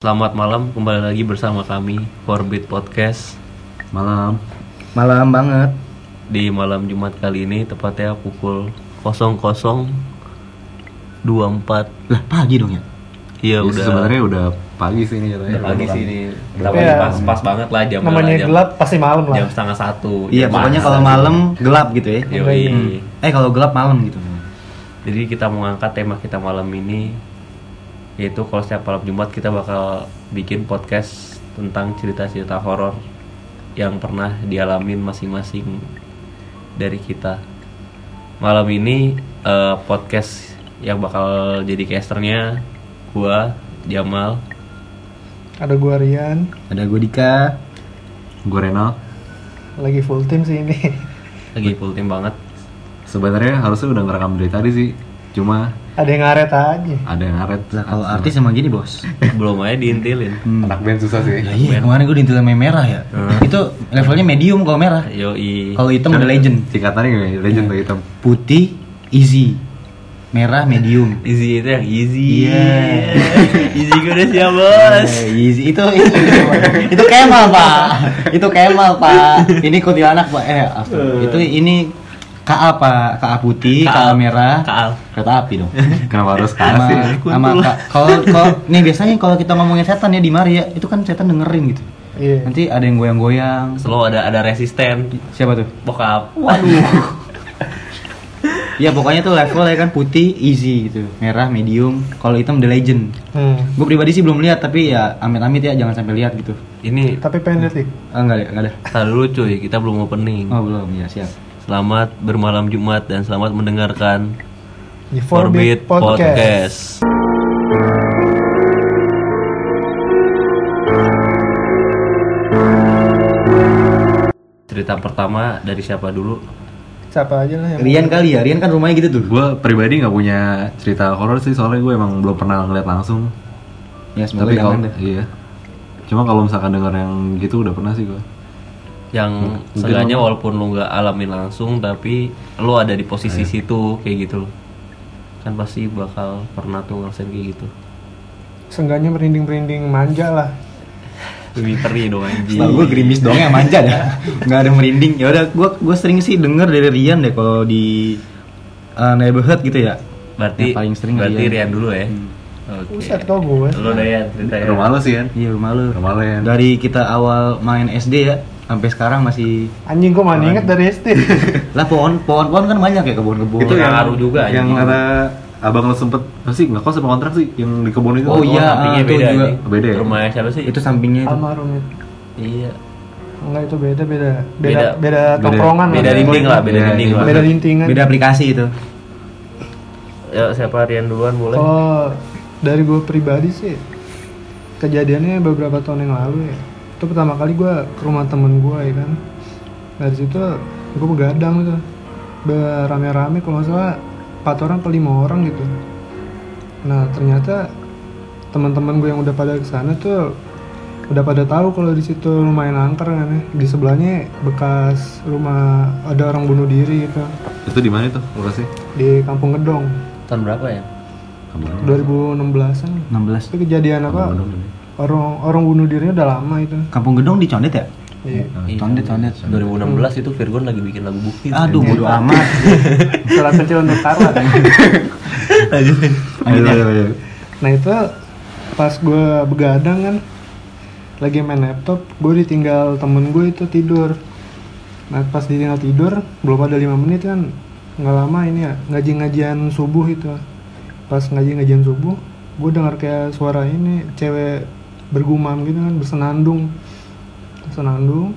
Selamat malam, kembali lagi bersama kami Forbit Podcast Malam. Malam banget. di malam Jumat kali ini tepatnya pukul 00.24 Lah, pagi dong ya? Iya Ya, udah sebenarnya udah pagi sih ini udah jatuhnya. pagi sih ini. Tapi Iya. pas pas banget lah jam namanya jam, gelap pasti malam lah jam setengah satu. Iya, Jam pokoknya pas. kalau malam gelap gitu ya. Yoi. Hmm. Eh kalau gelap malam gitu. Jadi kita mengangkat tema kita malam ini yaitu kalau setiap malam Jumat kita bakal bikin podcast tentang cerita-cerita horor yang pernah dialamin masing-masing dari kita. Malam ini eh, podcast yang bakal jadi casternya gua Jamal ada gua Rian Ada gue Dika. Gue Renal. lagi full tim sih ini lagi full tim banget. Sebenarnya harusnya udah ngerekam dari tadi sih. Cuma ada yang ngaret aja ada yang ngaret. Lah kalau artis emang gini, Bos. Hmm. Belum aja diintilin. Anak band susah sih. Ya iya, kemarin gue diintil sama yang merah ya. Eh. Itu levelnya medium kalau merah. Yoi. Kalau hitam udah legend. Iya. Singkatannya gimana? Legend tuh hitam. Putih easy. Merah medium. Easy itu yang easy. Iya. easy gue udah siap ya, bos. Eh, easy itu itu, itu Kemal, Pak. Itu Kemal, Pak. Ini kuntilanak, Pak. Eh, astagfirullah. itu ini KA, Pak. KA putih, KA, Kaal. merah. Kaal. Kereta api dong. Kenapa harus sama kasih? sama Kuntul. Kak. kalau kalau nih biasanya kalau kita ngomongin setan ya di Maria itu kan setan dengerin gitu iya nanti ada yang goyang-goyang Selalu ada ada resisten. siapa tuh Bokap. ya pokoknya tuh levelnya kan putih easy gitu merah medium kalau hitam the legend hmm. gue pribadi sih belum lihat tapi ya amit-amit ya jangan sampai lihat gitu Ini tapi pengen lihat sih ah enggak ada enggak ada Tar dulu cuy, kita belum opening. oh belum ya siap Selamat bermalam Jumat dan selamat mendengarkan di Forbit Forbid Podcast. Podcast. Cerita pertama dari siapa dulu? siapa aja lah yang Iya. Rian kali ya Rian kan rumahnya gitu tuh Gue pribadi nggak punya cerita horor sih soalnya gue emang belum pernah ngeliat langsung. ya semoga Tapi kalau jangan deh iya. Cuma kalau misalkan denger yang gitu udah pernah sih gue. Yang seenggaknya walaupun lu nggak alamin langsung, tapi lu ada di posisi situ kayak gitu loh. Kan pasti bakal pernah tuh ngerasain kayak gitu. seenggaknya merinding-merinding manja lah Lebih perih dong anjing. Setahu gue gerimis doang yang manja dah. ya. Nggak ada merinding. Ya udah gue gue sering sih denger dari Rian deh kalau di uh, neighborhood gitu ya. Berarti Yang paling sering berarti Rian. Rian dulu ya. Oke. Buset kau gue Lu Dayan, cerita ya. Rumah lo sih kan? Iya rumah lu. Rumah lo ya. Dari kita awal main SD ya sampai sekarang masih anjing gue mana inget dari SD Iya. lah pohon pohon pohon kan banyak ya kebun-kebun. Itu yang ngaruh juga Yang anjing. kata abang lo sempet apa sih nggak kos apa kontrak sih yang di kebun itu? Oh, iya. sampingnya ah, itu beda juga. anjing. Beda ya? Rumahnya siapa sih? Itu sampingnya itu. almarhum itu Iya. enggak itu beda beda beda Beda. beda Beda. tongkrongan Beda lah. dinding lah, beda Iya, dinding iya. lah. beda dintingan Beda aplikasi itu. Ya, siapa Rian duluan boleh? kalau Oh, dari gue pribadi sih kejadiannya beberapa tahun yang lalu ya itu pertama kali gue ke rumah temen gue ya kan dari situ gue begadang gitu berame-rame kalau nggak salah empat orang atau lima orang gitu nah ternyata teman-teman gue yang udah pada kesana tuh udah pada tahu kalau di situ lumayan angker kan ya di sebelahnya bekas rumah ada orang bunuh diri gitu Itu di mana tuh lokasi? di kampung Gedong Tahun berapa ya? Abang. 2016an 16. itu kejadian apa orang orang bunuh dirinya udah lama itu Kampung Gedong di Condet ya? iya Condet Condet. Iya. 2016 itu Virgon lagi bikin lagu bukti. Aduh bodo amat. salah kecil untuk karat Iya, Lanjut, lanjut, lanjut. nah itu pas gue begadang kan lagi main laptop gue ditinggal temen gue itu tidur nah pas ditinggal tidur belum ada lima menit kan nggak lama ini ya ngaji-ngajian subuh itu pas ngaji-ngajian subuh gue dengar kayak suara ini cewek bergumam gitu kan bersenandung bersenandung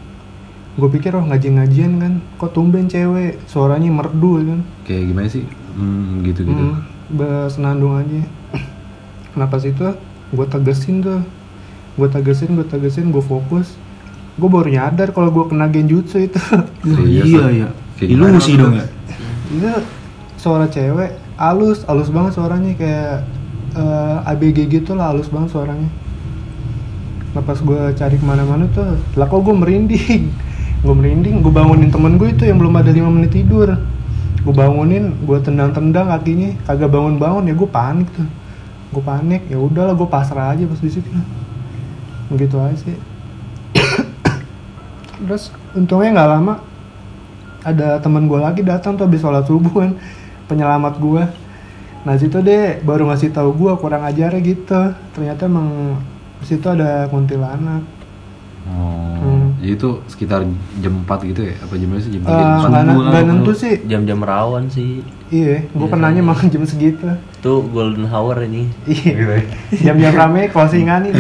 gue pikir oh ngaji-ngajian kan kok tumben cewek suaranya merdu ya kan Kayak gimana sih? Hmm, gitu gitu. Hmm, bersenandung aja. Nah pas itu gue tegesin tuh, gue tegesin, gue tegesin, gue fokus. Gue baru nyadar kalau gue kena genjutsu itu. Serius, Iya Pak? iya. Kayak Ilusi gimana? dong ya. itu suara cewek, halus, halus banget suaranya kayak eh, ABG gitu lah, halus banget suaranya. Nah pas gue cari kemana-mana tuh, lah kok gue merinding. gue merinding, gue bangunin temen gue itu yang belum ada lima menit tidur. Gue bangunin, gue tendang-tendang kakinya, kagak bangun-bangun ya gue panik tuh. Gue panik, ya udahlah gue pasrah aja pas di situ. begitu aja sih terus untungnya nggak lama ada teman gue lagi datang tuh habis sholat subuh kan penyelamat gue nah situ deh baru ngasih tahu gue kurang ajar gitu ternyata emang di situ ada kuntilanak Oh, Hmm. jadi itu sekitar jam 4 gitu ya? Apa jamnya sih jam Eh, 3? nggak Subuh na- lah, nggak pokoknya. nentu sih jam-jam rawan sih iya gue pernahnya makan jam segitu itu golden hour ini iya jam-jam rame closingan ini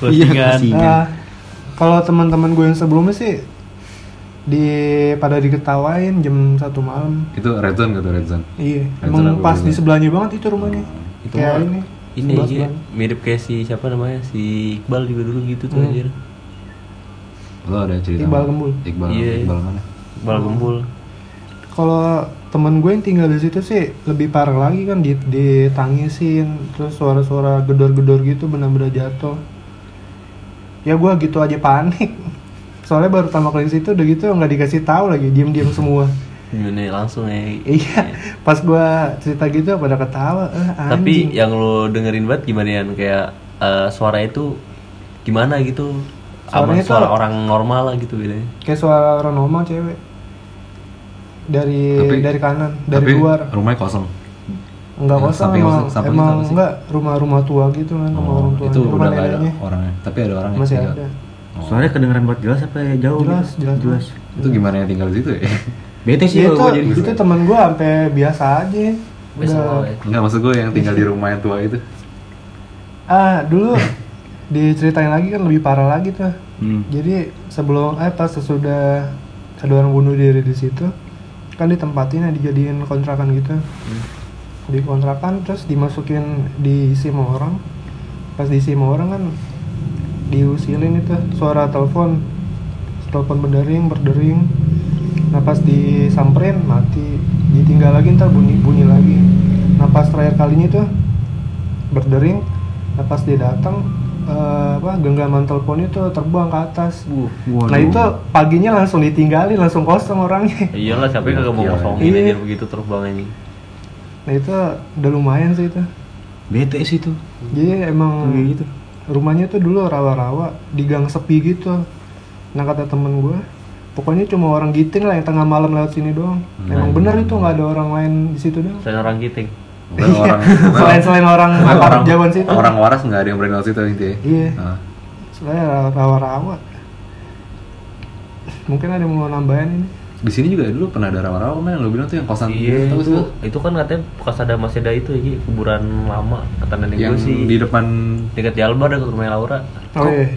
closingan Iya. Ah, kalau teman-teman gue yang sebelumnya sih di pada diketawain jam satu malam Itu red zone gitu, red zone. iya Nah, itu emang kenapa pas gitu? di sebelahnya banget itu rumahnya itu kayak mah ini ini sebelah aja, sebelahnya. mirip kayak si siapa namanya si Iqbal juga dulu gitu tuh Hmm. anjir Lo ada cerita? Iqbal mana? Gembul. Iqbal, Iya. Iqbal mana? Iqbal gembul kalau temen gue yang tinggal di situ sih lebih parah lagi kan di ditangisin terus suara-suara gedor-gedor gitu benar-benar jatuh ya gue gitu aja panik soalnya baru pertama kali di situ udah gitu nggak dikasih tahu lagi diem-diem semua Ini langsung ya iya pas gue cerita gitu pada ketawa eh, anjing. Tapi ya yang lo dengerin banget gimana ya? Kayak eh, suara itu gimana gitu? Sama Suaranya tuh- suara orang normal lah gitu bedanya. kayak suara orang normal cewek dari Tapi- dari kanan dari Tapi luar rumahnya kosong. enggak Ya, kosong samping- emang samping emang apa sih? enggak rumah-rumah tua gitu kan sama Oh, orang tua itu rumah udah nggak ada neneknya orangnya. Tapi ada orangnya. Iya. masih tinggal. ada Suaranya kedengeran buat jelas apa ya jauh? jelas gitu? jelas jelas Itu gimana yang tinggal di situ ya? Bete sih itu kalau gua jadi gitu. itu teman gue sampai biasa aja Besok lo udah ya. Enggak, maksud gue yang tinggal di Iya. rumah yang tua itu. ah dulu diceritain lagi kan lebih parah lagi tuh Hmm. jadi sebelum eh pas sesudah ada orang bunuh diri di situ kan ditempatin ya dijadiin kontrakan gitu Hmm. di kontrakan terus dimasukin diisi sama orang pas diisi sama orang kan diusilin itu suara telepon telepon berdering berdering nah pas disamperin mati ditinggal lagi ntar bunyi bunyi lagi nah pas terakhir kalinya itu berdering nah pas dia datang eh, apa genggaman telepon itu terbang ke atas nah itu paginya langsung ditinggalin langsung kosong orangnya Iyalah, siapa yang kagak mau Iya. ngosongin Iya. aja begitu terus bang ini. nah itu udah lumayan sih itu Bete sih itu. jadi emang Kayak gitu. rumahnya tuh dulu rawa-rawa di gang sepi gitu nah kata temen gue pokoknya cuma orang giting lah yang tengah malam lewat sini doang emang bener itu nggak ada orang lain di situ doang Saya orang giting. Bukan orang selain selain orang bukan aparat jaman situ orang waras nggak ada yang berani lewat situ intinya. Iya. Nah, selain ra- rawa-rawa mungkin ada yang mau nambahin ini di sini juga dulu pernah ada rawa-rawa kan yang lo bilang tuh yang kosan gitu. Iya, tahu itu, sih lo? itu kan katanya bekas ada masih ada itu aja kuburan lama kata nenek yang gue sih. di depan Dekat Jalbar dekat rumahnya Laura. oh iya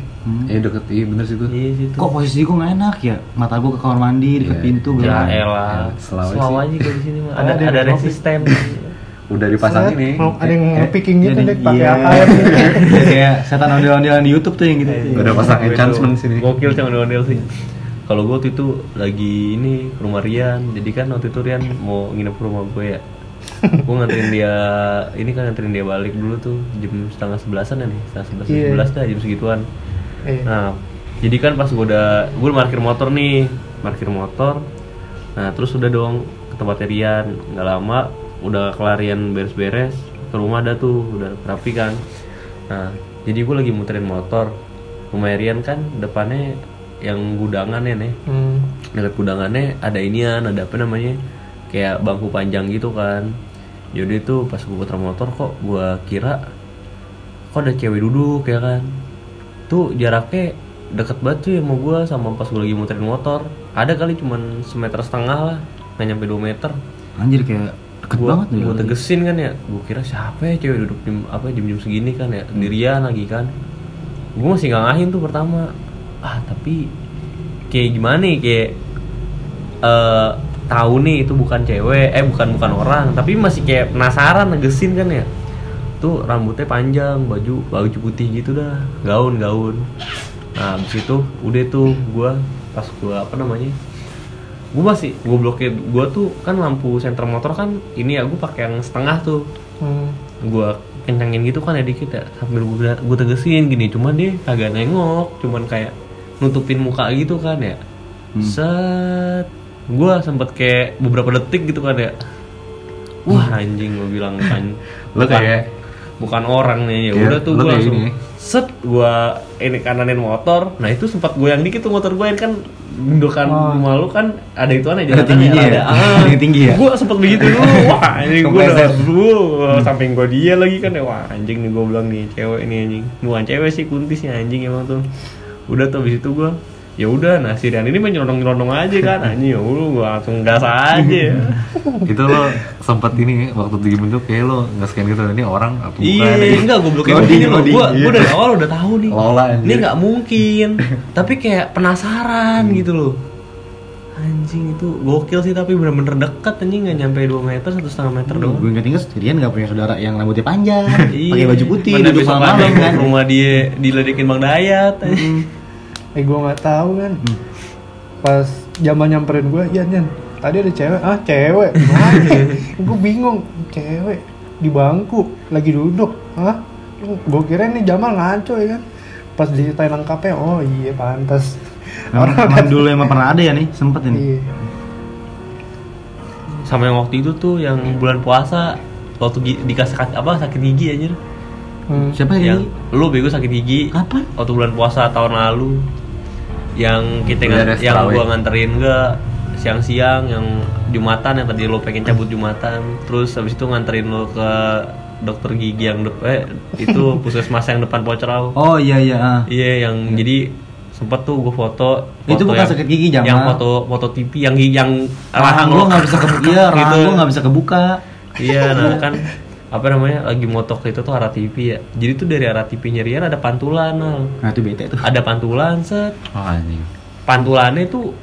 eh deket iya bener situ Iya situ. Kok posisi gua nggak enak ya? Mata gua ke kamar mandi, deket Iya. pintu gua. Ya Iya, elah. Sulawesi. Selalu aja kayak di sini mah. Ada Ada yang ada di Sulawesi. resisten. udah dipasangin nih Mau- ada yang nge-picking gitu Jadi- deh pakai iya. AKM gitu. Kayak setan ondel-ondelan di YouTube tuh yang Iya, gitu. Udah ada pasang enchantment sini Gokil sama Daniel sih. Kalau gue waktu itu lagi ini ke rumah Rian, jadi kan waktu itu Rian mau nginep ke rumah gue ya. gue nganterin dia, ini kan nganterin dia balik dulu tuh jam setengah sebelasan ya nih, setengah sebelas, Iya. sebelas dah jam segituan. Iya. Nah, jadi kan pas gue udah, gue parkir motor nih, parkir motor. Nah, terus udah dong ke tempatnya Rian, nggak lama, udah kelarian beres-beres, ke rumah ada tuh, udah rapi kan. Nah, jadi gue lagi muterin motor, rumah Rian kan depannya yang gudangan ya nih, Hmm. dekat gudangannya ada inian, ada apa namanya, kayak bangku panjang gitu kan. Jadi itu pas gue putar motor kok gue kira kok ada cewek duduk ya kan tuh jaraknya deket banget cuy sama gue sama pas gue lagi muterin motor ada kali cuman semeter setengah lah nggak nyampe 2 meter Anjir kayak deket gue banget gue deh. tegesin kan ya gue kira siapa ya cewek duduk jam apa jam jam segini kan ya sendirian lagi kan gue masih nggak ngahin tuh pertama ah tapi kayak gimana ya kayak eh tahu nih itu bukan cewek eh bukan bukan orang tapi masih kayak penasaran negesin kan ya tuh rambutnya panjang baju baju putih gitu dah gaun gaun nah abis itu udah tuh gue pas gue apa namanya gue masih gue blokir gue tuh kan lampu senter motor kan ini ya gue pakai yang setengah tuh Hmm. gue kencangin gitu kan ya dikit ya sambil gue gue tegesin gini cuman dia kagak nengok cuman kayak nutupin muka gitu kan ya Hmm. set gue sempet kayak beberapa detik gitu kan ya wah anjing gue bilang kan lo Hmm. kayak bukan orang nih ya Iya, udah tuh lu gue kayak langsung ini. set gue ini kananin motor nah itu sempat gue yang dikit tuh motor gue ini kan bendukan malu kan ada itu aneh Ada tingginya ya? ah. Ada yang tinggi ya? gue sempet begitu dulu wah anjing gue udah Kepleset. Wuh, Hmm. samping gue dia lagi kan ya wah anjing nih gue bilang nih cewek nih anjing bukan cewek sih kuntis nih anjing emang tuh udah tuh abis itu gue ya udah nah si Rian ini main nyelonong nyelonong aja kan anjing ya lu gue langsung gas aja itu lo sempat ini waktu di bentuk kayak lo nggak scan gitu ini orang apa iya enggak gue blokir Loading, gini loh loading, gue iya. gue dari awal udah tahu nih Lola, anjir. ini nggak mungkin tapi kayak penasaran gitu loh anjing itu gokil sih tapi bener-bener dekat anjing nggak nyampe 2 meter satu setengah meter Hmm, doang gue inget inget dia nggak punya saudara yang rambutnya panjang Iya. pakai baju putih Mana duduk besok malam malam pagi kan rumah dia diledekin bang Dayat eh gue nggak tahu kan Hmm. pas zaman nyamperin gue ya Nyan tadi ada cewek ah cewek gue bingung cewek di bangku lagi duduk ah gue kira ini Jamal ngaco ya kan pas diceritain lengkapnya oh iya pantas orang orang dulu emang pernah ada ya nih sempet ini iya sama yang waktu itu tuh yang bulan puasa waktu gi- dikasih ka- apa sakit gigi anjir Hmm. siapa yang ini lu bego sakit gigi kapan waktu bulan puasa tahun lalu yang kita Udah ngan- ada yang terawih. gua nganterin ke siang-siang yang jumatan yang tadi lo pengen cabut jumatan terus habis itu nganterin lo ke dokter gigi yang dep eh itu puskesmas yang depan Pocerau oh iya iya ah. Iya yang jadi sempet tuh gue foto, Itu foto bukan sakit gigi, Jamal. Yang foto foto TV yang yang rahang lo nggak bisa kebuka iya rahang Gitu. lo nggak bisa kebuka Iya nah kan apa namanya lagi motok itu tuh arah TV ya. Jadi tuh dari arah TV-nya Rian ada pantulan. Al. nah itu bete tuh Ada pantulan set. oh anjing Pantulannya tuh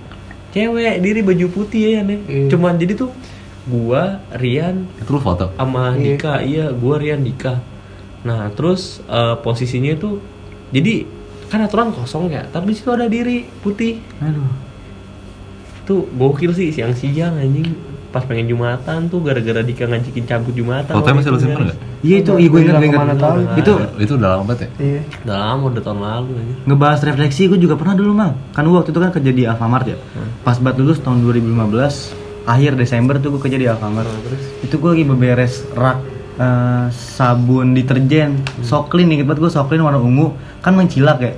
cewek diri baju putih ya nih. Iya. Cuman jadi tuh gua Rian itu lo foto sama Iya. Dika iya gue Rian Dika nah terus eh, posisinya itu jadi kan aturan kosong ya tapi situ ada diri putih aduh tuh gokil sih siang-siang anjing pas pengen jumatan tuh gara-gara Dika ngajakin cabut jumatan kan. fotonya masih lo simpen Guys. nggak iya itu iya gue ingat gue Mana ingat tahu. itu itu udah lama banget ya iya udah lama udah tahun lalu anjing ngebahas refleksi gue juga pernah dulu mang kan gue waktu itu kan kerja di Alfamart ya pas banget lulus tahun 2015 akhir Desember tuh gue kerja di Alfamart itu gue lagi beberes rak eh, sabun deterjen soklin inget banget gue soklin warna ungu kan mencilak ya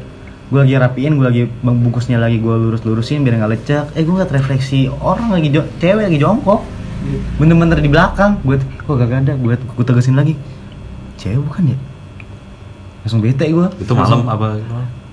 gue lagi rapiin gue lagi bungkusnya lagi gue lurus lurusin biar nggak lecek eh gue ngeliat refleksi orang lagi jo- cewek lagi jongkok bener-bener di belakang gue kok gak ada gue gue tegesin lagi cewek bukan ya langsung bete gue itu malam apa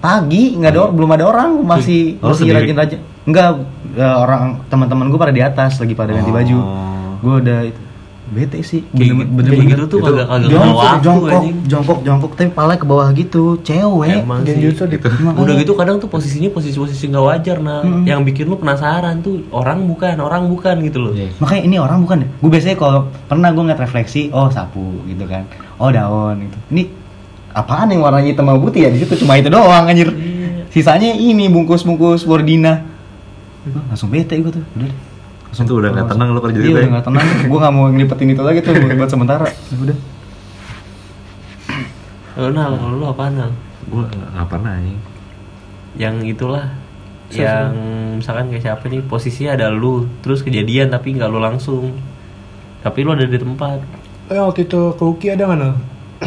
pagi nggak ada belum ada orang masih Oh, masih sendiri? rajin rajin nggak eh, orang teman-teman gue pada di atas lagi pada ganti baju Oh. gue udah itu- bete sih Kayak gitu- kayak gitu tuh kagak- kagak kenal jongkok waktu, jongkok anjing. jongkok jongkok tapi pala ke bawah gitu cewek emang sih genjutsu di Makanya- udah gitu kadang tuh posisinya posisi-posisi nggak wajar nah yang bikin lu penasaran tuh orang bukan orang bukan gitu loh Iya. makanya ini orang bukan ya gue biasanya kalau pernah gue ngeliat refleksi oh sapu gitu kan oh daun gitu ini apaan yang warnanya hitam sama putih ya di situ cuma itu doang anjir Iya. sisanya ini bungkus bungkus wordina Iya. Gua langsung bete gue tuh udah deh. langsung Itu udah nggak tenang lu kalau jadi ya. iya, bete. udah nggak tenang gue nggak mau ngelipetin itu lagi tuh buat sementara Ya udah lo nal kalau lu apa nal gue nggak pernah ya. anjing yang itulah yang misalkan kayak siapa nih posisinya ada lu terus kejadian tapi nggak lu langsung tapi lu ada di tempat eh waktu itu ke Uki ada nggak Nol?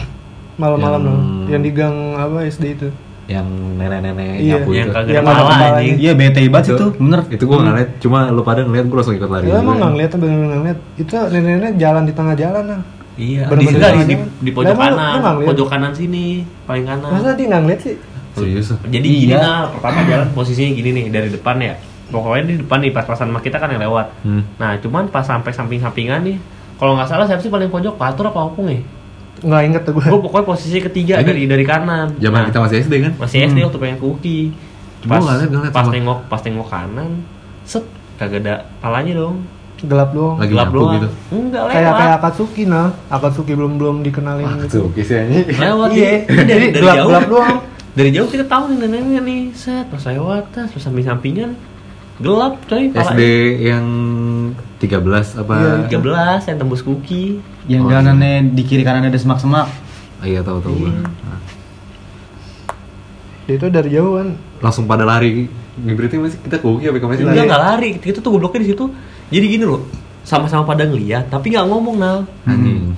malam-malam Yang- Nol. yang di gang apa SD itu yang nenek-nenek Iya. nyapu yang itu kagak ada Yang ada kepala kepala anjing iya bete banget itu bener itu gue nggak liat cuma lu pada ngeliat gue langsung ikut lari ya. Lo emang juga. nggak ngeliat, bener-bener nggak ngeliat. Itu nenek-nenek jalan di tengah jalan, Nang. Nah. iya di, Bener-bener enggak, di, ada. di, di pojok Lah, emang lu- kanan lu nggak ngeliat? pojok kanan sini paling kanan Masa dia nggak ngeliat sih? serius tuh. jadi gini Iya. nah pertama jalan posisinya gini nih dari depan ya pokoknya di depan nih pas-pasan sama kita kan yang lewat Hmm. nah cuman pas sampai samping-sampingan nih kalau nggak salah siapa sih paling pojok patur apa opung ya Nggak inget tuh gue. gue pokoknya posisi ketiga Ini dari dari kanan Nah, zaman kita masih SD kan masih SD waktu pengen kuki Gua pas nggak liat, nggak liat pas sama. tengok pas tengok kanan set kagak ada palanya dong Gelap doang. Lagi gelap nyapu doang gitu. enggak lewat Kayak kayak Akatsuki, nah. Akatsuki belum belum dikenalin ah gitu. tuh kisah anjing lewat Iya, Ini dari, jadi dari gelap jauh gelap doang. dari jauh kita tahu nih neneknya nih set pas lewat tas pas samping sampingan gelap coy palanya. SD yang 13 apa Iya, 13 yang tembus kuki yang Oh, jalanannya di kiri kanan ada semak semak Ah, iya tahu tahu gue Nah, Dia itu dari jauh kan. langsung pada lari berarti masih kita kuki apa kamu sih enggak nggak lari kita tuh Hmm. gobloknya di situ jadi gini loh sama-sama pada ngeliat tapi nggak ngomong nal anjing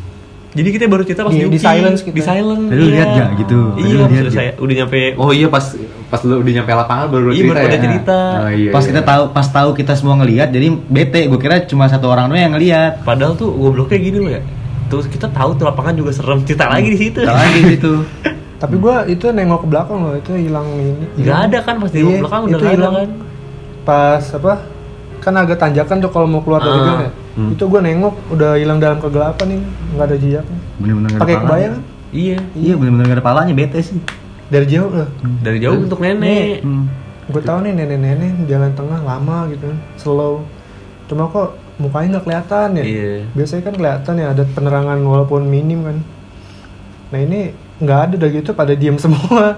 Jadi kita baru cerita pas Iya, nyuci. di silence kita. Di silence. Tadi iya. lu lihat nggak gitu? Tadi Iya, pas lu lihat udah nggak? saya udah nyampe Oh iya pas pas lu udah nyampe lapangan baru Iya, lu cerita baru ya. ada cerita. Oh, iya, pas iya. kita tahu pas tahu kita semua ngelihat jadi bete gue kira cuma satu orang doang yang ngelihat padahal tuh gobloknya gini loh ya. Terus kita tahu tuh lapangan juga serem. Hmm. Cerita lagi di situ. Tahu lagi gitu Tapi gua itu nengok ke belakang loh, itu hilang ini. Gak ada kan pas di Iya, belakang udah itu gak ada hilang. kan. Pas apa? Kan agak tanjakan tuh kalau mau keluar dari Ah. gang ya. Itu gua nengok udah hilang dalam kegelapan nih, nggak ada jejaknya. bener-bener nggak ada Pakai palanya. kebaya kan? Iya. iya bener-bener gak ada palanya bete sih Dari jauh eh. loh. Dari jauh bentuk nenek. hmm. Gue tahu nih nenek-nenek jalan tengah lama gitu kan, slow. Cuma kok mukanya nggak kelihatan ya. Iya. Biasanya kan kelihatan ya ada penerangan walaupun minim kan. Nah ini nggak ada udah gitu pada diem semua.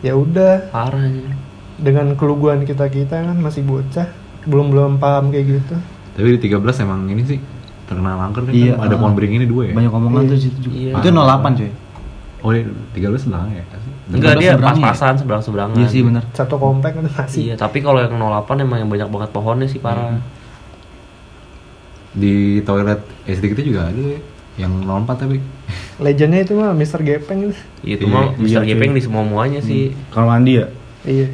ya udah Parah. anjing. dengan keluguan kita kita kan masih bocah belum belum paham kayak gitu. Tapi di 13 emang ini sih terkena kanker nih Iya, kan? ada ah. pohon beringin ini dua ya. banyak omongan Iya. tuh situ juga Iya. itu 08 cuy Oh, iya, 13 sebelah ya. Enggak dia seberangnya ya? pas-pasan seberang-seberangan. iya sih bener Satu komplek kan masih. Iya, tapi kalau yang 08 emang yang banyak banget pohonnya sih parah. Di toilet SD kita juga ada ya. yang 04 tapi. Legendnya itu mah Mr. Gepeng gitu. Itu Iya, mah iya, Mr. Gepeng di semua muanya sih. kalau mandi ya Iya.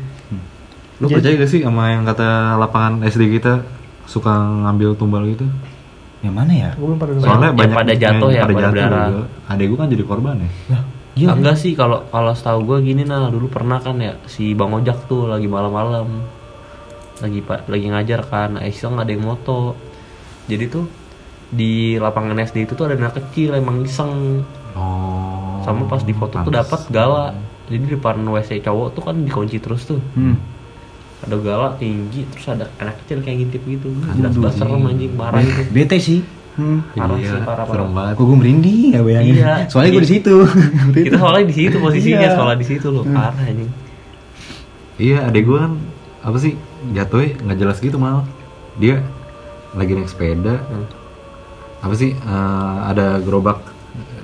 Lu Jadi- percaya gak sih sama yang kata lapangan SD kita suka ngambil tumbal gitu? yang mana ya Oh. Gue belum pada dengar. Soalnya yang banyak pada yang jatuh ya, pada pada jatuh berdarah. juga. Adek gua kan jadi korban ya. Iya. Enggak sih kalau kalau setahu gue gini nah dulu pernah kan ya si Bang Ojak tuh lagi malam-malam lagi pa- lagi ngajar kan nah, iseng ada yang moto jadi tuh di lapangan SD itu tuh ada anak kecil emang iseng Oh. sama pas di foto tuh pantes. dapat gala jadi di depan WC cowok tuh kan dikunci terus tuh hmm. ada gala tinggi terus ada anak kecil kayak ngintip gitu jelas-jelas serem anjing marah gitu bete sih hmm. parah Iya, sih parah serem parah banget. Kok gue merinding ya bayangin Iya. soalnya gue di situ kita soalnya di situ posisinya Iya. soalnya di situ loh parah anjing Iya, adek gua kan apa sih jatuhnya nggak jelas gitu mal. Dia lagi naik sepeda. Hmm. Apa sih eh, ada gerobak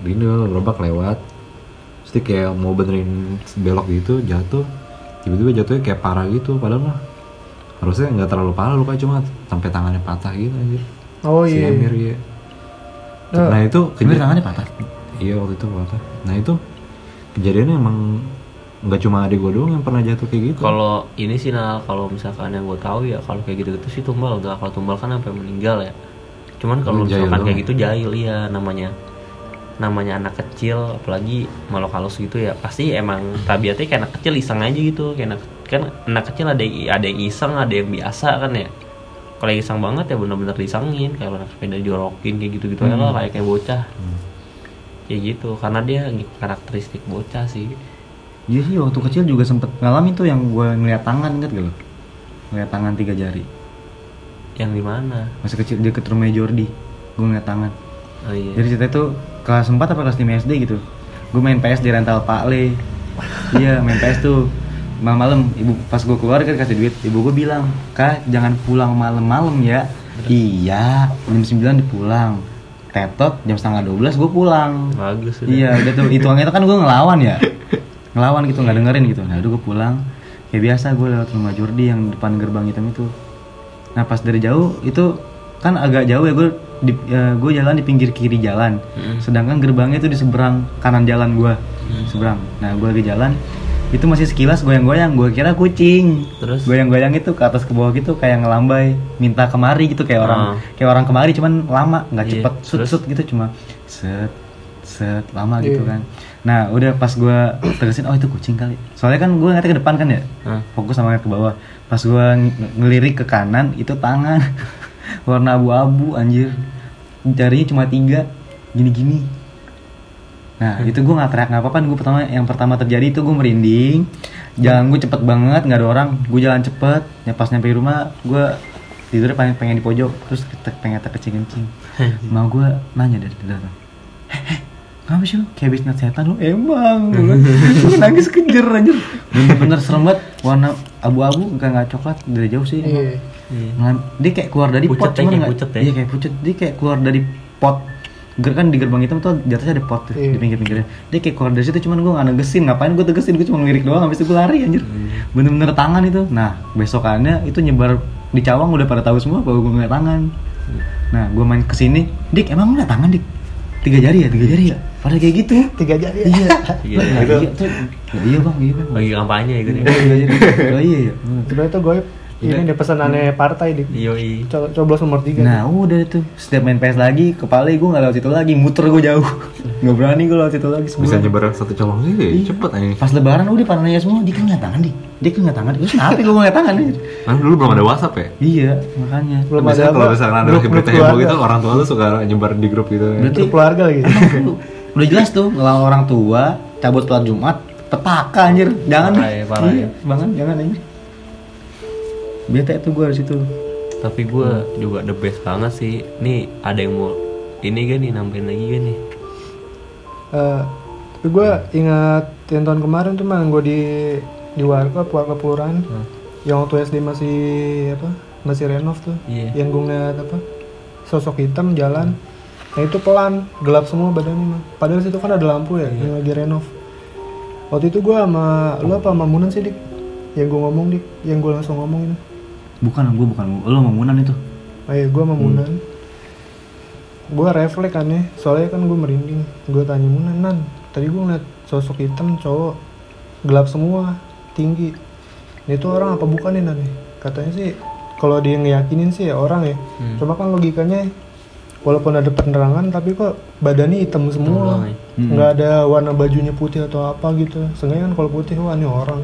ini gerobak lewat. Terus dia kayak mau benerin belok gitu, jatuh. Tiba-tiba jatuhnya kayak parah gitu padahal mah harusnya nggak terlalu parah luka cuma sampai tangannya patah gitu anjir. Oh Si iya. Emir iya. Oh. Nah itu Bener kejadian- tangannya patah Iya waktu itu patah. Nah itu kejadiannya emang nggak cuma adik gue doang yang pernah jatuh kayak gitu. Kalau ini sih nah kalau misalkan yang gue tahu ya kalau kayak gitu-gitu sih tumbal enggak kalau tumbal kan sampai meninggal ya. Cuman kalau Lu jahil misalkan kayak dong. gitu jahil ya namanya namanya anak kecil apalagi malu halus gitu ya pasti emang tabiatnya kayak anak kecil iseng aja gitu kayak anak kan anak kecil ada yang- ada yang iseng ada yang biasa kan ya kalau yang iseng banget ya bener-bener disengin kayak anak sepeda jorokin kayak gitu-gitu ya lah kayak kayak bocah kayak gitu karena dia karakteristik bocah sih iya sih waktu kecil juga sempet ngalamin tuh yang gue ngeliat tangan inget gak lo ngeliat tangan tiga jari yang di mana masa kecil dia ke rumahnya Jordi gue ngeliat tangan oh, iya. jadi ceritanya tuh kelas 4 apa kelas 5 SD gitu gue main PS di rental Pak Le iya main PS tuh malam-malam ibu pas gue keluar kan kasih duit ibu gue bilang kak jangan pulang malam-malam ya iya jam 9 pulang tetot jam setengah 12 gue pulang bagus udah. Iya, udah tuh hitungnya itu kan gue ngelawan ya. Ngelawan gitu, nggak dengerin gitu. Nah, udah gue pulang. Kayak biasa gue lewat rumah Jordi yang depan gerbang hitam itu. Nah, pas dari jauh itu kan agak jauh ya gue gue jalan di pinggir kiri jalan. Hmm. Sedangkan gerbangnya itu di seberang kanan jalan gue. Seberang. Nah, gue lagi jalan itu masih sekilas goyang-goyang, gue kira kucing. Terus? goyang-goyang itu ke atas ke bawah gitu kayak ngelambai, minta kemari gitu kayak orang Ah. kayak orang kemari cuman lama, nggak Iya, cepet, sut terus? sut gitu cuma set set lama gitu kan nah udah pas gua tegesin oh itu kucing kali soalnya kan gue ngeliatnya ke depan kan ya Hah? fokus sama ngeliat ke bawah pas gua ng- ngelirik ke kanan itu tangan warna abu-abu anjir jarinya cuma tiga gini-gini nah itu gua nggak teriak nggak apa-apa gue pertama yang pertama terjadi itu gue merinding jalan gue cepet banget nggak ada orang gue jalan cepet ya pas nyampe rumah gua tidurnya pengen pengen di pojok terus ketek- pengen terkecil kencing Eh, mau gua nanya dari belakang Eh, Kenapa sih lu? Kayak abis ngeliat setan lu Emang gua bilang. Gua nangis kejer anjir Bener-bener serem banget Warna abu-abu Gak nggak coklat Dari jauh sih emang. Iya. Iya. Ngelam- Dia kayak keluar dari Pucet pot ya, cuman kayak nggak- pucet ya. Iya kayak pucet Dia kayak keluar dari pot Ger- kan di gerbang hitam tuh di atasnya ada pot tuh, Iya. di pinggir-pinggirnya dia kayak keluar dari situ cuman gue nggak negesin ngapain gue tegesin gue cuma ngelirik doang habis itu gue lari Iya. anjir bener-bener tangan itu nah besokannya itu nyebar di Iya. cawang udah pada tahu semua bahwa gue ngeliat tangan nah gue main kesini dik emang lu ngeliat tangan dik tiga jari ya tiga jari ya pada kayak gitu tiga jari ya? iya Iya, Nah, gitu. iya tuh. Nah, iya bang iya bang Lagi kampanye gitu ya. Tiga jari. Oh, iya iya sebenarnya tuh gue ini deh pesanannya partai di Yoi. co- coblos nomor tiga Nah udah tuh setiap main PS lagi kepala gue nggak lewat situ lagi muter gue jauh nggak berani gue lewat situ lagi Bisa sebulan. nyebar satu colong sih, cepet anjing. Pas lebaran udah paranoia semua dia kan nggak tangan nih dia kan nggak tangan terus kenapa gue nggak tangan nih Kan dulu belum ada WhatsApp ya. iya makanya Belum Kan biasanya ada kalau apa, misalkan ada grup- berita grup heboh keluarga. gitu, orang tua lu suka nyebar di grup gitu. ya. Berarti- Grup keluarga lagi Aduh, udah jelas tuh ngelawan orang tua cabut sholat Jumat petaka anjir jangan Parah ya, parah Iya, banget jangan anjir bete tuh gue harus itu Tapi gue juga the best banget sih. Nih ada yang mau ini gak nih nambahin lagi gak nih? Eh, tapi gue ingat yang tahun kemarin tuh man gue di di warkop warkop kelurahan yang waktu SD masih apa masih renov tuh Iya. yang gue ngeliat apa sosok hitam jalan nah itu pelan gelap semua badannya mah padahal situ kan ada lampu ya yang lagi renov waktu itu gue sama lu apa sama Munan sih dik yang gue ngomong dik yang gue langsung ngomong ini bukan gue bukan lo mau Munan itu Ayo gue Oh iya, Hmm. sama Munan Gue refleks kan ya Soalnya kan gue merinding Gue tanya Munan Nan Tadi gue ngeliat sosok hitam cowok Gelap semua Tinggi Ini tuh orang apa bukan nih Nan ya?" Katanya sih kalau dia ngeyakinin sih ya orang ya Hmm. Cuma kan logikanya Walaupun ada penerangan Tapi kok badannya hitam doang semua ya. nggak ada warna bajunya putih atau apa gitu Seenggaknya kan kalau putih wah ini orang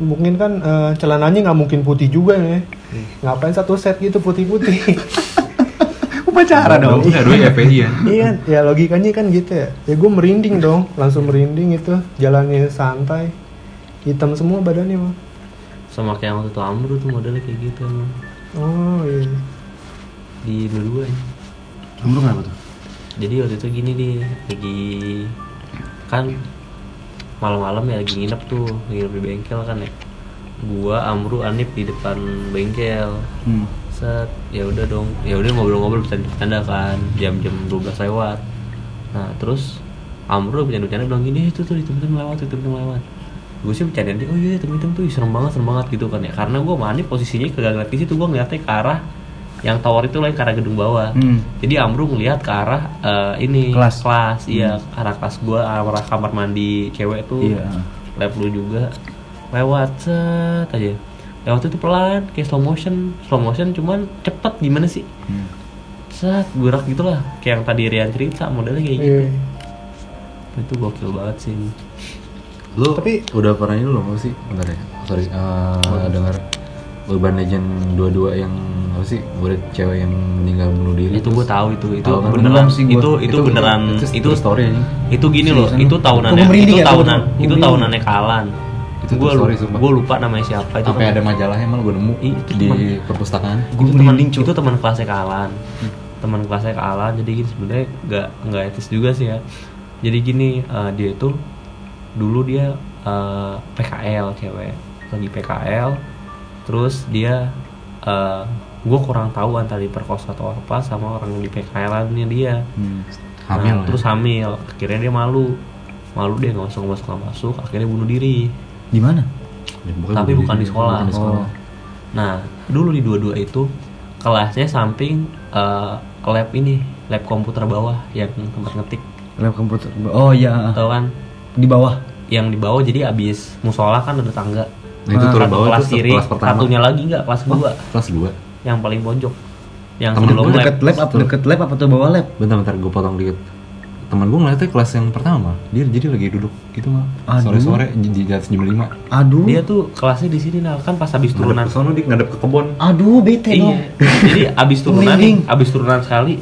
mungkin kan eh, celananya nggak mungkin putih juga ya ngapain satu set gitu putih-putih upacara Dulu nggak dulu FPI ya. iya ya logikanya kan gitu ya ya gue merinding dong langsung merinding itu jalannya santai hitam semua badannya mah Sama kayak waktu itu Amru tuh modelnya kayak gitu emang. oh iya Di dua-dua ya. kamu kenapa tuh Jadi waktu itu gini nih lagi kan malam-malam ya lagi nginep tuh nginep di bengkel kan ya. Gua Amru Anip di depan bengkel. hmm. set ya udah dong ya udah ngobrol-ngobrol bercanda bercanda kan jam-jam 12 lewat nah terus Amrul bercanda-bercanda bilang gini "Eh, itu tuh hitam-hitam lewat hitam-hitam lewat gue sih bercanda dia oh iya hitam-hitam tuh ih, serem banget serem banget gitu kan ya karena gue mani posisinya kagak ngeliat ke situ gue ngeliatnya ke arah yang tower itu lain ke arah gedung bawah Hmm. jadi Amrul ngeliat ke arah eh, ini Kelas. Hmm. iya ke arah kelas gue arah kamar mandi cewek tuh Iya. Gitu. lab lu juga lewat set aja lewat itu pelan kayak slow motion slow motion cuman cepet gimana sih Hmm. set gerak gitulah kayak yang tadi Rian cerita modelnya kayak gitu Iya. itu gokil banget sih Lu Tapi- udah pernah ini belum apa sih? Bentar ya. Sorry, eh dengar Urban Legend 22 yang apa sih? Murid cewek yang meninggal bunuh diri. itu gue tahu itu itu Iya, Tahu kan? beneran Belum sih gua. itu itu beneran itu, itu true story anjing. itu gini loh Seriusan itu lu? tahunannya Gua merinding itu ya, gua tahunan ya, merinding. itu tahunannya kalan Itu gue true story, lupa sumpah. gue lupa namanya siapa itu Sampai ada majalahnya malah gue nemu Ih, itu di teman. perpustakaan. Gua itu teman itu teman kelasnya ke Alan teman kelasnya ke Alan jadi gini sebenarnya nggak nggak etis juga sih ya jadi gini eh, dia itu dulu dia eh, PKL cewek lagi PKL terus dia eh, gua kurang tahu antara diperkosa atau apa sama orang yang di PKL-annya dia Hmm. Hamil. Nah, terus hamil akhirnya dia malu malu dia nggak masuk nggak masuk nggak masuk akhilnya bunuh diri di mana Ya, bukan tapi bunuh bukan diri, di sekolah. bukan di sekolah. Oh. Nah, dulu di dua-dua itu kelasnya samping eh, lab ini, lab komputer bawah yang tempat ngetik, lab komputer oh iya tau kan? di bawah Yang di bawah jadi abis musola kan ada tangga. Nah, itu turun Satu bawah kelas itu kiri, kelas pertama. satunya lagi nggak kelas dua, Kelas 2. yang paling pojok, yang Temen sebelum gue lab. deket lab apa deket lab apa tuh bawah lab Bentar bentar gue potong dikit. Teman gue ngeliatnya kelas yang pertama, dia jadi lagi duduk gitu mah. Aduh. Sore-sore di di atas jam 5. aduh Dia tuh kelasnya di sini nah kan pas abis turunan. sono dik ngadep ke kebun. aduh bete dong Iya. Jadi abis turunan, Merinding. nih, abis turunan sekali,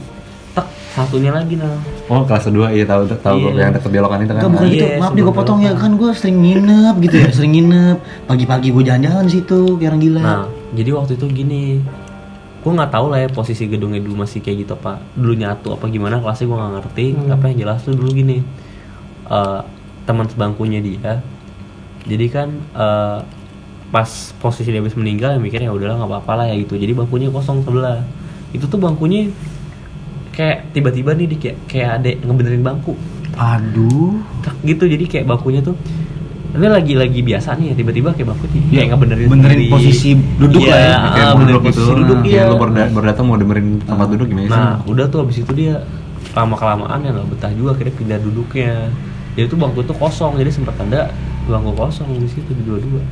tek satunya lagi nah. Oh, kelas 2 iya tahu tahu Iya. gua yang deket belokan itu kan. Enggak bukan Iya, gitu, maaf nih gue sebelum potong ya berapa. kan gue sering nginep gitu ya, sering nginep Pagi-pagi gue jalan-jalan di situ, kayak orang gila Nah, jadi waktu itu gini, gue nggak tahu lah ya posisi gedungnya dulu masih kayak gitu apa, dulu nyatu apa gimana kelasnya gue nggak ngerti. Apa yang jelas tuh dulu gini, eh, teman sebangkunya dia, jadi kan eh, pas posisi dia habis meninggal, ya mikirnya ya udahlah nggak apa-apa lah ya gitu. Jadi bangkunya kosong sebelah. Itu tuh bangkunya kayak tiba-tiba nih dia kayak kayak ada yang ngebenerin bangku Aduh Tak gitu jadi kayak bangkunya tuh ini lagi-lagi biasa nih ya tiba-tiba kayak bangku nih kayak ngebenerin Iya, benerin sendiri. posisi duduk Iya, lah ya. ah, kayak mau benerin duduk gitu. posisi duduk Nah, iya. kayak lu baru, baru datang mau dengerin tempat duduk gimana sih? nah udah tuh abis itu dia lama kelamaan ya nggak betah juga akhirnya pindah duduknya jadi tuh bangku tuh kosong jadi sempat ada bangku kosong di situ di dua-dua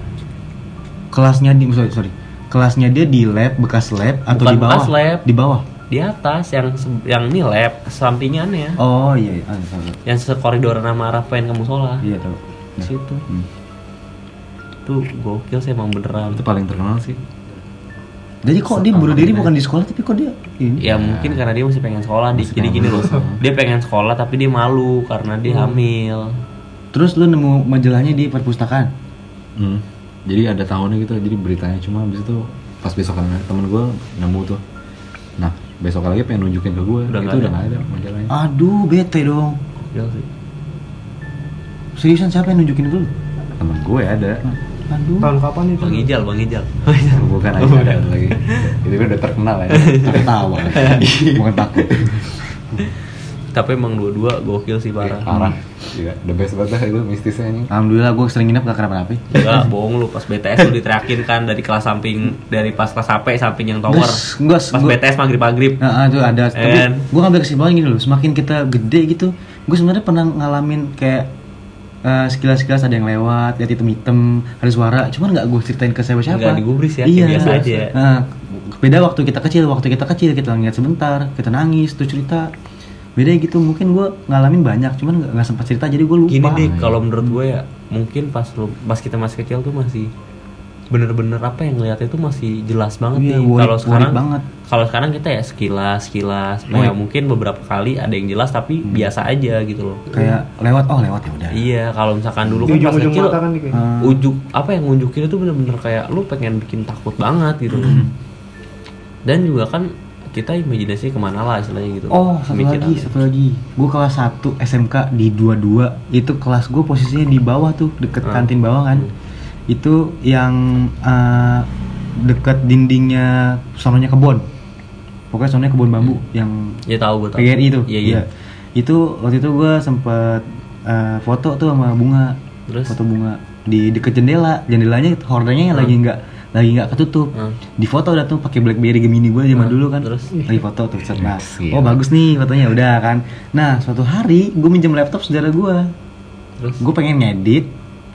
kelasnya di sorry, sorry. kelasnya dia di lab bekas lab atau Bukan di bawah bekas lab. di bawah di atas yang se- yang ini lab sampingannya oh iya iya Ah, sorry. yang sekoridoran sama Rafael kamu sholat iya tahu di Nah. situ Hmm. tuh gokil sih emang beneran itu paling terkenal sih jadi kok dia bunuh diri bukan di sekolah tapi kok dia ini ya mungkin karena dia masih pengen sekolah Dik. jadi gini loh dia pengen sekolah tapi dia malu karena dia hamil terus lu nemu majalahnya di perpustakaan Hmm. Jadi ada tahunnya gitu, jadi beritanya cuma habis itu pas besok lagi temen gue nemu tuh. Nah besok lagi pengen nunjukin ke gue, Udah itu nggak udah ada. nggak ada majalahnya. Ah. Iya. aduh bete dong gokil sih seriusan siapa yang nunjukin dulu Temen gue ada, aduh tahun kapan itu Bang Ijal, Hmm. Bang Ijal Oh, bukan aja ada lagi. Itu kan udah terkenal ya. ketawa Bukan takut. tapi emang dua-dua gokil sih Parah. parah Parah. Iya, the best banget dah itu mistisnya anjing. alhamdulillah gue sering nginep gak kenapa-napa Enggak, bohong lu pas BTS lu diteriakin kan dari kelas samping dari pas kelas HP samping yang tower. Gus, Gus, pas gua- BTS maghrib-maghrib. Nah, itu ada. Tapi And- gue ngambil kesimpulan gini loh. Semakin kita gede gitu, gue sebenarnya pernah ngalamin kayak eh, sekilas-sekilas ada yang lewat, lihat hitam-hitam, ada suara. Cuman nggak gue ceritain ke siapa-siapa. Nggak digubris ya, kayak Iya. biasa aja ya. Nah, beda waktu kita kecil, waktu kita kecil kita ngeliat sebentar, kita nangis, terus cerita. Beda gitu, mungkin gue ngalamin banyak, cuman nggak nggak sempat cerita, jadi gue lupa. Gini deh, kalau menurut gue ya, mungkin pas lu, pas kita masih kecil tuh masih bener-bener apa yang ngeliatnya tuh masih jelas banget nih. Iya, worried- Kalau sekarang worried banget. kalau sekarang kita ya sekilas, sekilas. Nah, ya mungkin beberapa kali ada yang jelas tapi biasa aja gitu loh. Kayak lewat, oh lewat Hmm. ya udah. Iya, kalau misalkan dulu di kan pas ujung-ujung kecil mata kan nih kayak Eh, ujuk apa yang ngunjukin itu bener-bener kayak lu pengen bikin takut banget gitu loh. Hmm. dan juga kan kita imajinasi kemana lah istilahnya gitu Oh, satu lagi, Pemikirannya. satu lagi. Gue kelas 1 SMK di 22. Itu kelas gue posisinya di bawah tuh, deket kantin bawah kan. Itu yang eh, deket dindingnya sononya kebun. Pokoknya sononya kebun bambu yang ya tahu gue tahu PGRI itu. iya iya Itu waktu itu gue sempet eh, foto tuh sama bunga. Terus? Foto bunga di deket jendela. Jendelanya hordanya yang lagi nggak lagi nggak ketutup. Hmm. Di foto udah tuh pakai BlackBerry Gemini gue zaman dulu kan. Terus? lagi foto tuh set. Nah, Iya. oh bagus nih fotonya udah kan. Nah, suatu hari gue minjem laptop saudara gue. terus Gue pengen ngedit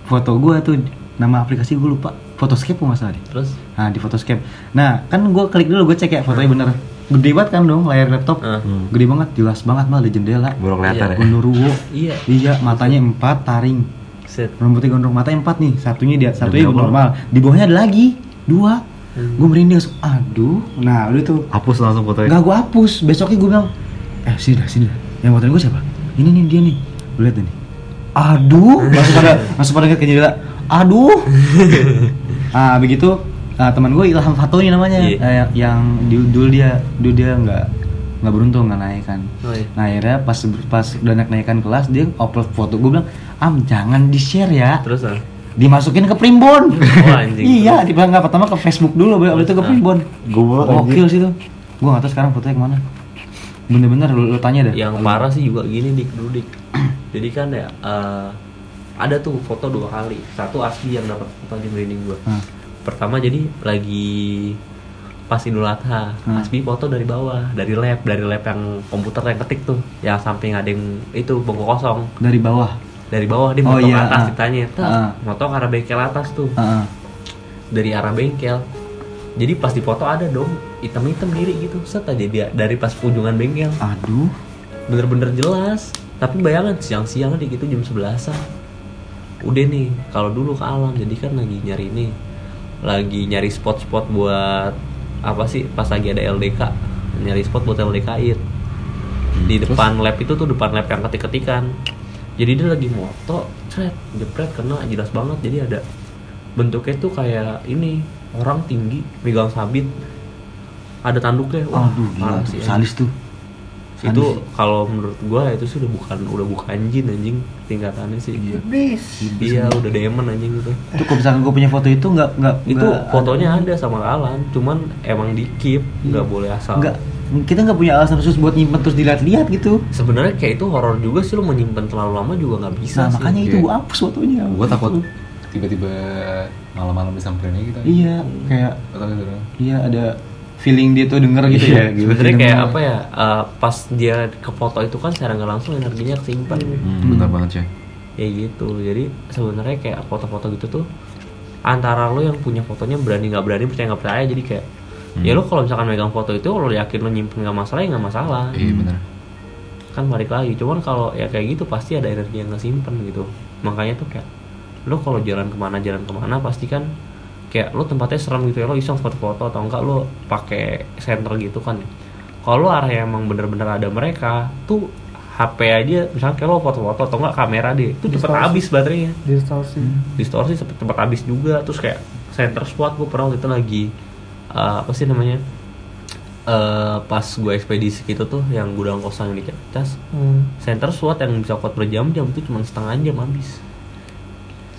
foto gue tuh nama aplikasi gue lupa. Photoscape kalau nggak salah deh. terus Nah, di Photoscape. Nah, kan gue klik dulu gue cek ya fotonya bener. Gede banget kan dong layar laptop. Hmm. Gede banget, jelas banget malah ada jendela. Baru kelihatan ya. Gondoruo. iya Iya, matanya empat taring. set Rambutnya gondrong, matanya empat nih. Satunya dia, satunya normal. Di bawahnya ada lagi dua. Gue merinding, langsung, aduh. Nah, udah tuh Hapus langsung fotonya. Nggak gue hapus, besoknya gue bilang Eh sini dah, sini dah Yang fotoin gue siapa? Ini nih, dia nih Lu liat dah nih Aduh Langsung pada, langsung pada ngeliat ke jendela Aduh Ah begitu ah, teman gue Ilham Fatoni namanya Iya. Eh, yang- Yang di- dulu dia Dulu dia nggak nggak beruntung nggak naik kan Oh, iya. Nah akhirnya pas pas udah naik naikan kelas dia upload foto gue bilang am jangan di share ya terus ah. dimasukin ke primbon Oh, anjing. Ah, iya di nggak pertama ke Facebook dulu baru itu ke Terus, primbon Goblok, gokil sih tuh gue nggak tahu sekarang fotonya kemana bener-bener lu, lu tanya deh yang parah sih juga gini dik dulu dik jadi kan ya eh, ada tuh foto dua kali satu asli yang dapat foto di merinding gue Nah, pertama jadi lagi pas Idul Adha Hmm. Asbi foto dari bawah dari lab dari lab yang komputer yang ketik tuh yang samping ada yang itu bangku kosong dari bawah dari bawah dia Oh, foto iya, ke atas ah. ditanya "Tet, Ah. foto ke arah bengkel atas tuh Heeh. dari arah bengkel jadi pas dipoto ada dong hitam-hitam diri gitu set aja dia dari pas ujungan bengkel ah. aduh bener-bener jelas tapi bayangan siang-siang di gitu jam 11 udah nih kalau dulu ke alam jadi kan lagi nyari ini lagi nyari spot-spot buat apa sih pas lagi ada LDK nyari spot buat LDK it di depan lab itu tuh depan lab yang ketik-ketikan jadi dia lagi moto cret jepret kena jelas banget jadi ada bentuknya tuh kayak ini orang tinggi megang sabit ada tanduknya wah aduh gila parah tuh. sih, anjing salis tuh itu kalau menurut gua itu sih udah bukan udah bukan jin anjing tingkatannya sih iya, bis udah demon anjing itu Iya. itu kalau misalkan gue punya foto itu nggak nggak itu nggak- fotonya ada sama Alan cuman emang di keep nggak boleh asal nggak kita nggak punya alasan khusus buat nyimpen terus dilihat-lihat gitu sebenarnya kayak itu horor juga sih lu menyimpan terlalu lama juga nggak bisa nah sih makanya itu Iya. gue hapus fotonya Gue takut tiba-tiba malam-malam disamperin aja gitu. iya kayak Atau gitu. Iya ada feeling dia tuh denger gitu Iya, ya. gitu. Sebenarnya kayak apa ya? eh, pas dia ke foto itu kan secara nggak langsung energinya kesimpan. Hmm, benar banget sih. Ya gitu. Jadi sebenarnya kayak foto-foto gitu tuh antara lo yang punya fotonya berani nggak berani percaya nggak percaya jadi kayak ya lo kalau misalkan megang foto itu lo yakin lo nyimpen nggak masalah ya nggak masalah Iya benar. kan balik lagi cuman kalau ya kayak gitu pasti ada energi yang kesimpan gitu makanya tuh kayak lo kalau jalan kemana jalan kemana pasti kan kayak lo tempatnya serem gitu ya lo iseng foto-foto atau enggak lo pakai senter gitu kan ya kalau lo arah yang emang bener-bener ada mereka tuh HP aja misalnya kayak lo foto-foto atau enggak kamera deh itu cepet Distorsi. habis baterainya distorsi distorsi cepet cepet habis juga terus kayak center squat gue pernah waktu itu lagi eh, apa sih namanya Eh, pas gue ekspedisi gitu tuh yang gudang kosan yang di Ciracas Hmm. center SWAT yang bisa kuat berjam-jam itu cuma setengah jam habis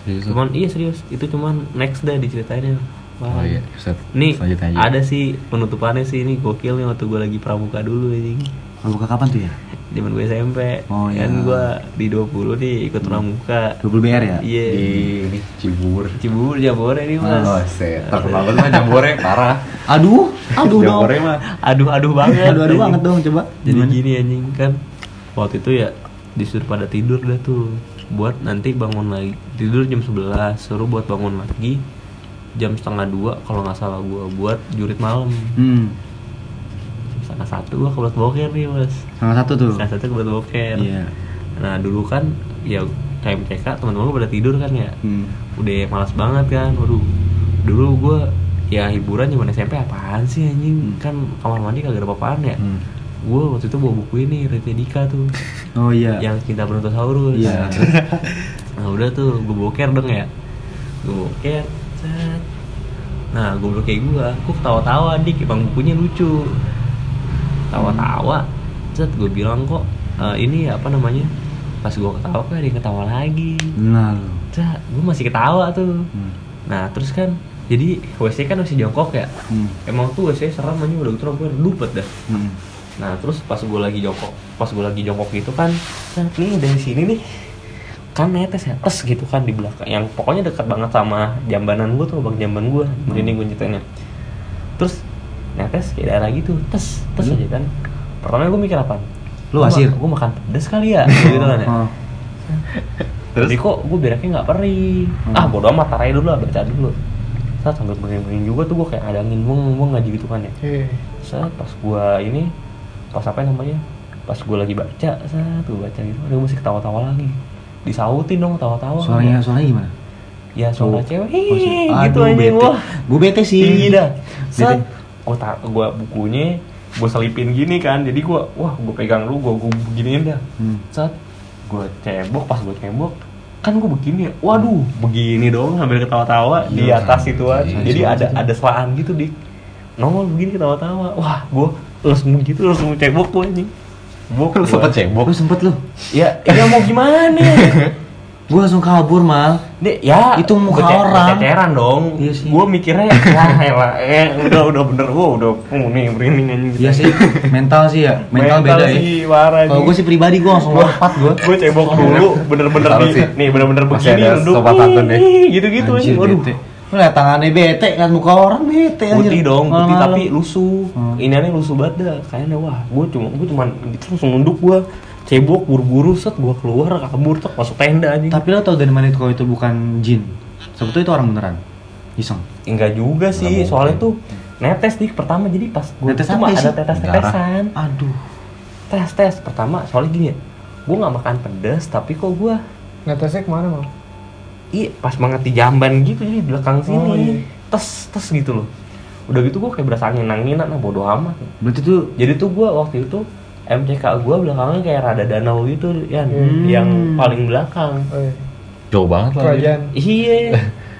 Serius. cuman iya serius itu cuman next day diceritainnya Wah. Oh iya, set. nih selanjutnya aja. ada sih penutupannya sih ini gokil nih waktu gue lagi pramuka dulu anjing Kalau buka kapan tuh ya? zaman gue SMP Oh, iya. kan gue di 20 nih ikut pramuka 20 BR ya? iya di ini Cibubur. Cibubur Jabore nih Iya, mas Oh, set. Terkenal banget mah jambornya parah. Aduh, aduh dong. Jambornya mah aduh aduh banget Aduh, aduh anjing. Iya, banget dong coba. jadi Gimana? gini anjing kan waktu itu ya disuruh pada tidur dah tuh buat nanti bangun lagi tidur jam 11 suruh buat bangun lagi jam setengah dua kalau nggak salah gua buat jurit malam Hmm. setengah satu gua kebelat boker nih mas Salah satu tuh. setengah satu kebelat boker Iya. nah dulu kan ya KMTK teman-teman gua pada tidur kan ya Hmm. udah malas banget kan waduh dulu gua ya hiburan zaman SMP apaan sih Hmm. anjing kan kamar mandi kagak ada apa-apaan ya Hmm. gue waktu itu bawa buku ini Raditya Dika tuh Oh iya. yang cinta Brontosaurus Iya. nah udah tuh gue boker dong ya gue boker set. nah gue kayak gue gue ketawa-tawa dik emang bukunya lucu tawa-tawa set gue bilang kok "Eh, ini apa namanya pas gue ketawa kok ada yang ketawa lagi Nah, lu. Cak, gue masih ketawa tuh Hmm. nah terus kan jadi WC kan masih jongkok ya Hmm. emang tuh WC serem aja udah gitu gue lupet dah Hmm. Nah terus pas gue lagi jongkok, pas gue lagi jongkok gitu kan, nah, nih dari sini nih, kan netes ya, tes gitu kan di belakang, yang pokoknya dekat banget sama jambanan gue tuh, bang jamban gue, Hmm. merinding gue ceritainnya. ya. Terus netes kayak daerah gitu, tes, tes aja kan. Pertama gue mikir apa? Hmm. Lu wasir? Gue makan pedes kali ya, gitu kan ya. Oh. Tapi kok gue beraknya nggak perih. Hmm. Ah bodo amat, tarai dulu lah, baca dulu. Saat sambil merinding juga tuh gue kayak ada angin buang buang aja gitu kan ya Oke. saat pas gua ini pas apa namanya pas gua lagi baca saat gua baca gitu ada musik tawa-tawa lagi disautin dong tawa-tawa Suaranya suaranya gimana? ya suara cewek Oh, Hii, sih. gitu Aduh, anjing bete. wah Gua bete sih. tinggi dah saat Bete. gua ta- gua bukunya gua selipin gini kan jadi gua wah gua pegang lu gua gua giniin dah Hmm. saat gua cebok pas gua cebok kan gua begini ya waduh begini dong sambil ketawa-tawa di Iya, atas itu aja iya, jadi iya, ada ada selaan gitu dik nongol begini ketawa-tawa wah gua langsung gitu langsung cebok gua anjing bok gua. Lu kan sempet cebok. Lu sempet lu. ya ya mau gimana Gua langsung kabur, Mal. Nih, ya Itu muka bece- orang. bececeran dong Iya sih. gua mikirnya ya elah, eh udah udah bener gua udah oh, nih merinding anjing Iya sih, mental sih ya. Mental, beda sih, ya. parah Kalau sih. gue sih pribadi gue langsung lompat Iya. gue. gue cebok dulu bener-bener Taruh di sih. nih bener-bener Masih begini ada duduk sobat santun deh. ih, gitu-gitu Anjir, anjing waduh bete. Lu liat tangannya bete kan muka orang bete putih anjir. dong putih Malam-malam. tapi lusuh Hmm. ini aneh lusuh banget dah kayaknya wah gue cuma gue cuman gitu langsung nunduk gue cebok buru-buru set gue keluar kabur tek masuk tenda anjing Tapi lo tau dari mana itu kalau itu bukan jin? Sebetulnya itu orang beneran. Iseng. enggak juga sih mungkin. soalnya tuh netes nih pertama jadi pas gue Netes cuma ada apa sih? tetes tetesan Aduh. tes tes pertama soalnya gini ya gue nggak makan pedas tapi kok gue Netesnya kemana mau? iya pas banget di jamban gitu jadi di belakang sini Oh, iya. tes tes gitu loh udah gitu gue kayak berasa angin anginan nah bodo amat Berarti tuh jadi tuh gue waktu itu MCK gue belakangnya kayak rada danau gitu ya Hmm. yang paling belakang Oh, iya. Jauh banget lah. Kerajaan. iya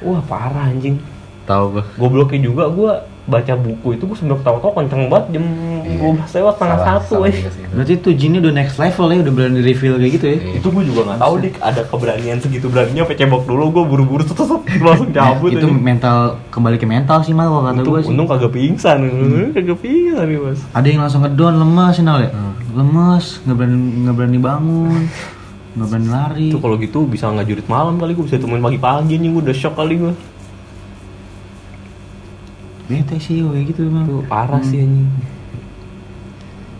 wah parah anjing Tahu gua. gobloknya juga gue baca buku itu gue sambil ketawa-tawa kenceng banget jam Iya. gue lewat setengah Salah- satu salah iya. eh. juga sih itu. berarti tuh jinnya udah next level ya, udah berani reveal kayak gitu ya. Iya. itu gue juga nggak tahu dik ada keberanian segitu beraninya apa cebok dulu gue buru-buru terus langsung cabut itu anjing. mental kembali ke mental sih mal kalau kata untung, gue sih. untung kagak pingsan Hmm. kagak pingsan nih mas Ada yang langsung ngedown lemes kenal ya. Hmm. Lemes, nggak berani nggak berani bangun, nggak berani lari. itu kalau gitu bisa nggak jurit malam kali gue bisa temuin pagi-pagi nih gue udah shock kali gue bete sih kayak gitu emang Itu parah sih Hmm. anjing.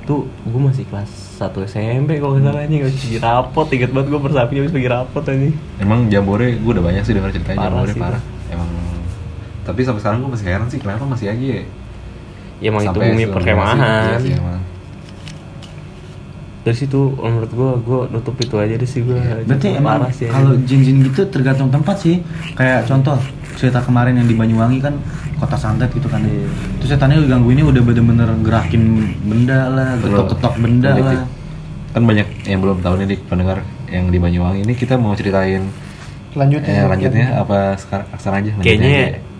Tuh, gue masih kelas 1 SMP kalau nggak salah anjing, habis pergi rapot, inget banget gue persapi habis pergi rapot anjing. Emang jambore gue udah banyak sih dengar ceritanya Parah jambore sih itu. parah. Emang tapi sampai sekarang gue masih heran sih kenapa masih aja ya. Ya emang itu bumi Sampai sekarang masih- Iya perkemahan. sih emang. Dari situ kalau menurut gue, gue nutup itu aja deh sih gue. Iya. berarti emang parah sih. ya. anjing. kalau jin-jin gitu tergantung tempat sih kayak contoh cerita kemarin yang di Banyuwangi kan kota santet gitu kan Iya. terus setannya udah gangguinnya udah bener-bener gerakin benda lah ketok-ketok benda Iya, Dik, lah Dik. Kan banyak yang belum tahu nih Dik, pendengar yang di Banyuwangi ini kita mau ceritain ya, Lanjutnya. eh, lanjutnya apa sekarang sekarang aja lanjutnya Kayaknya- aja ya.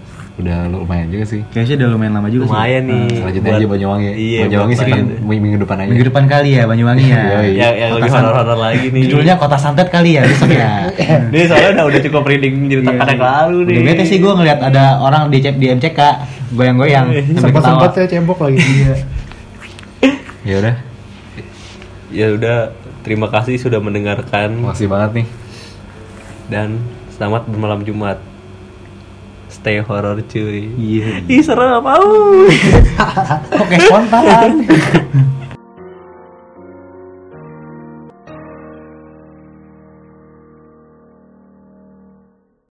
udah lumayan juga sih. kayaknya udah lumayan lama juga sih lumayan nih. Selanjutnya buat- aja Banyuwangi. Iya, Banyuwangi buat sih kan lain. minggu minggu depan aja. minggu depan kali ya Banyuwangi ya Yoi. yang, yang Kota lebih santet. horor-horor lagi nih. judulnya kota santet kali ya besok ya Ini soalnya udah udah cukup reading cerita Iya. kadang lalu nih. Udah bete sih gue ngeliat ada orang di, di MCK goyang-goyang sampai sempat ketawa. sempat saya cebok lagi. Iya. Ya udah, Ya udah, terima kasih sudah mendengarkan makasih banget nih. dan selamat bermalam Jumat. Stay horror cuy. Iya. Ih serem, au. Kok kayak spontan?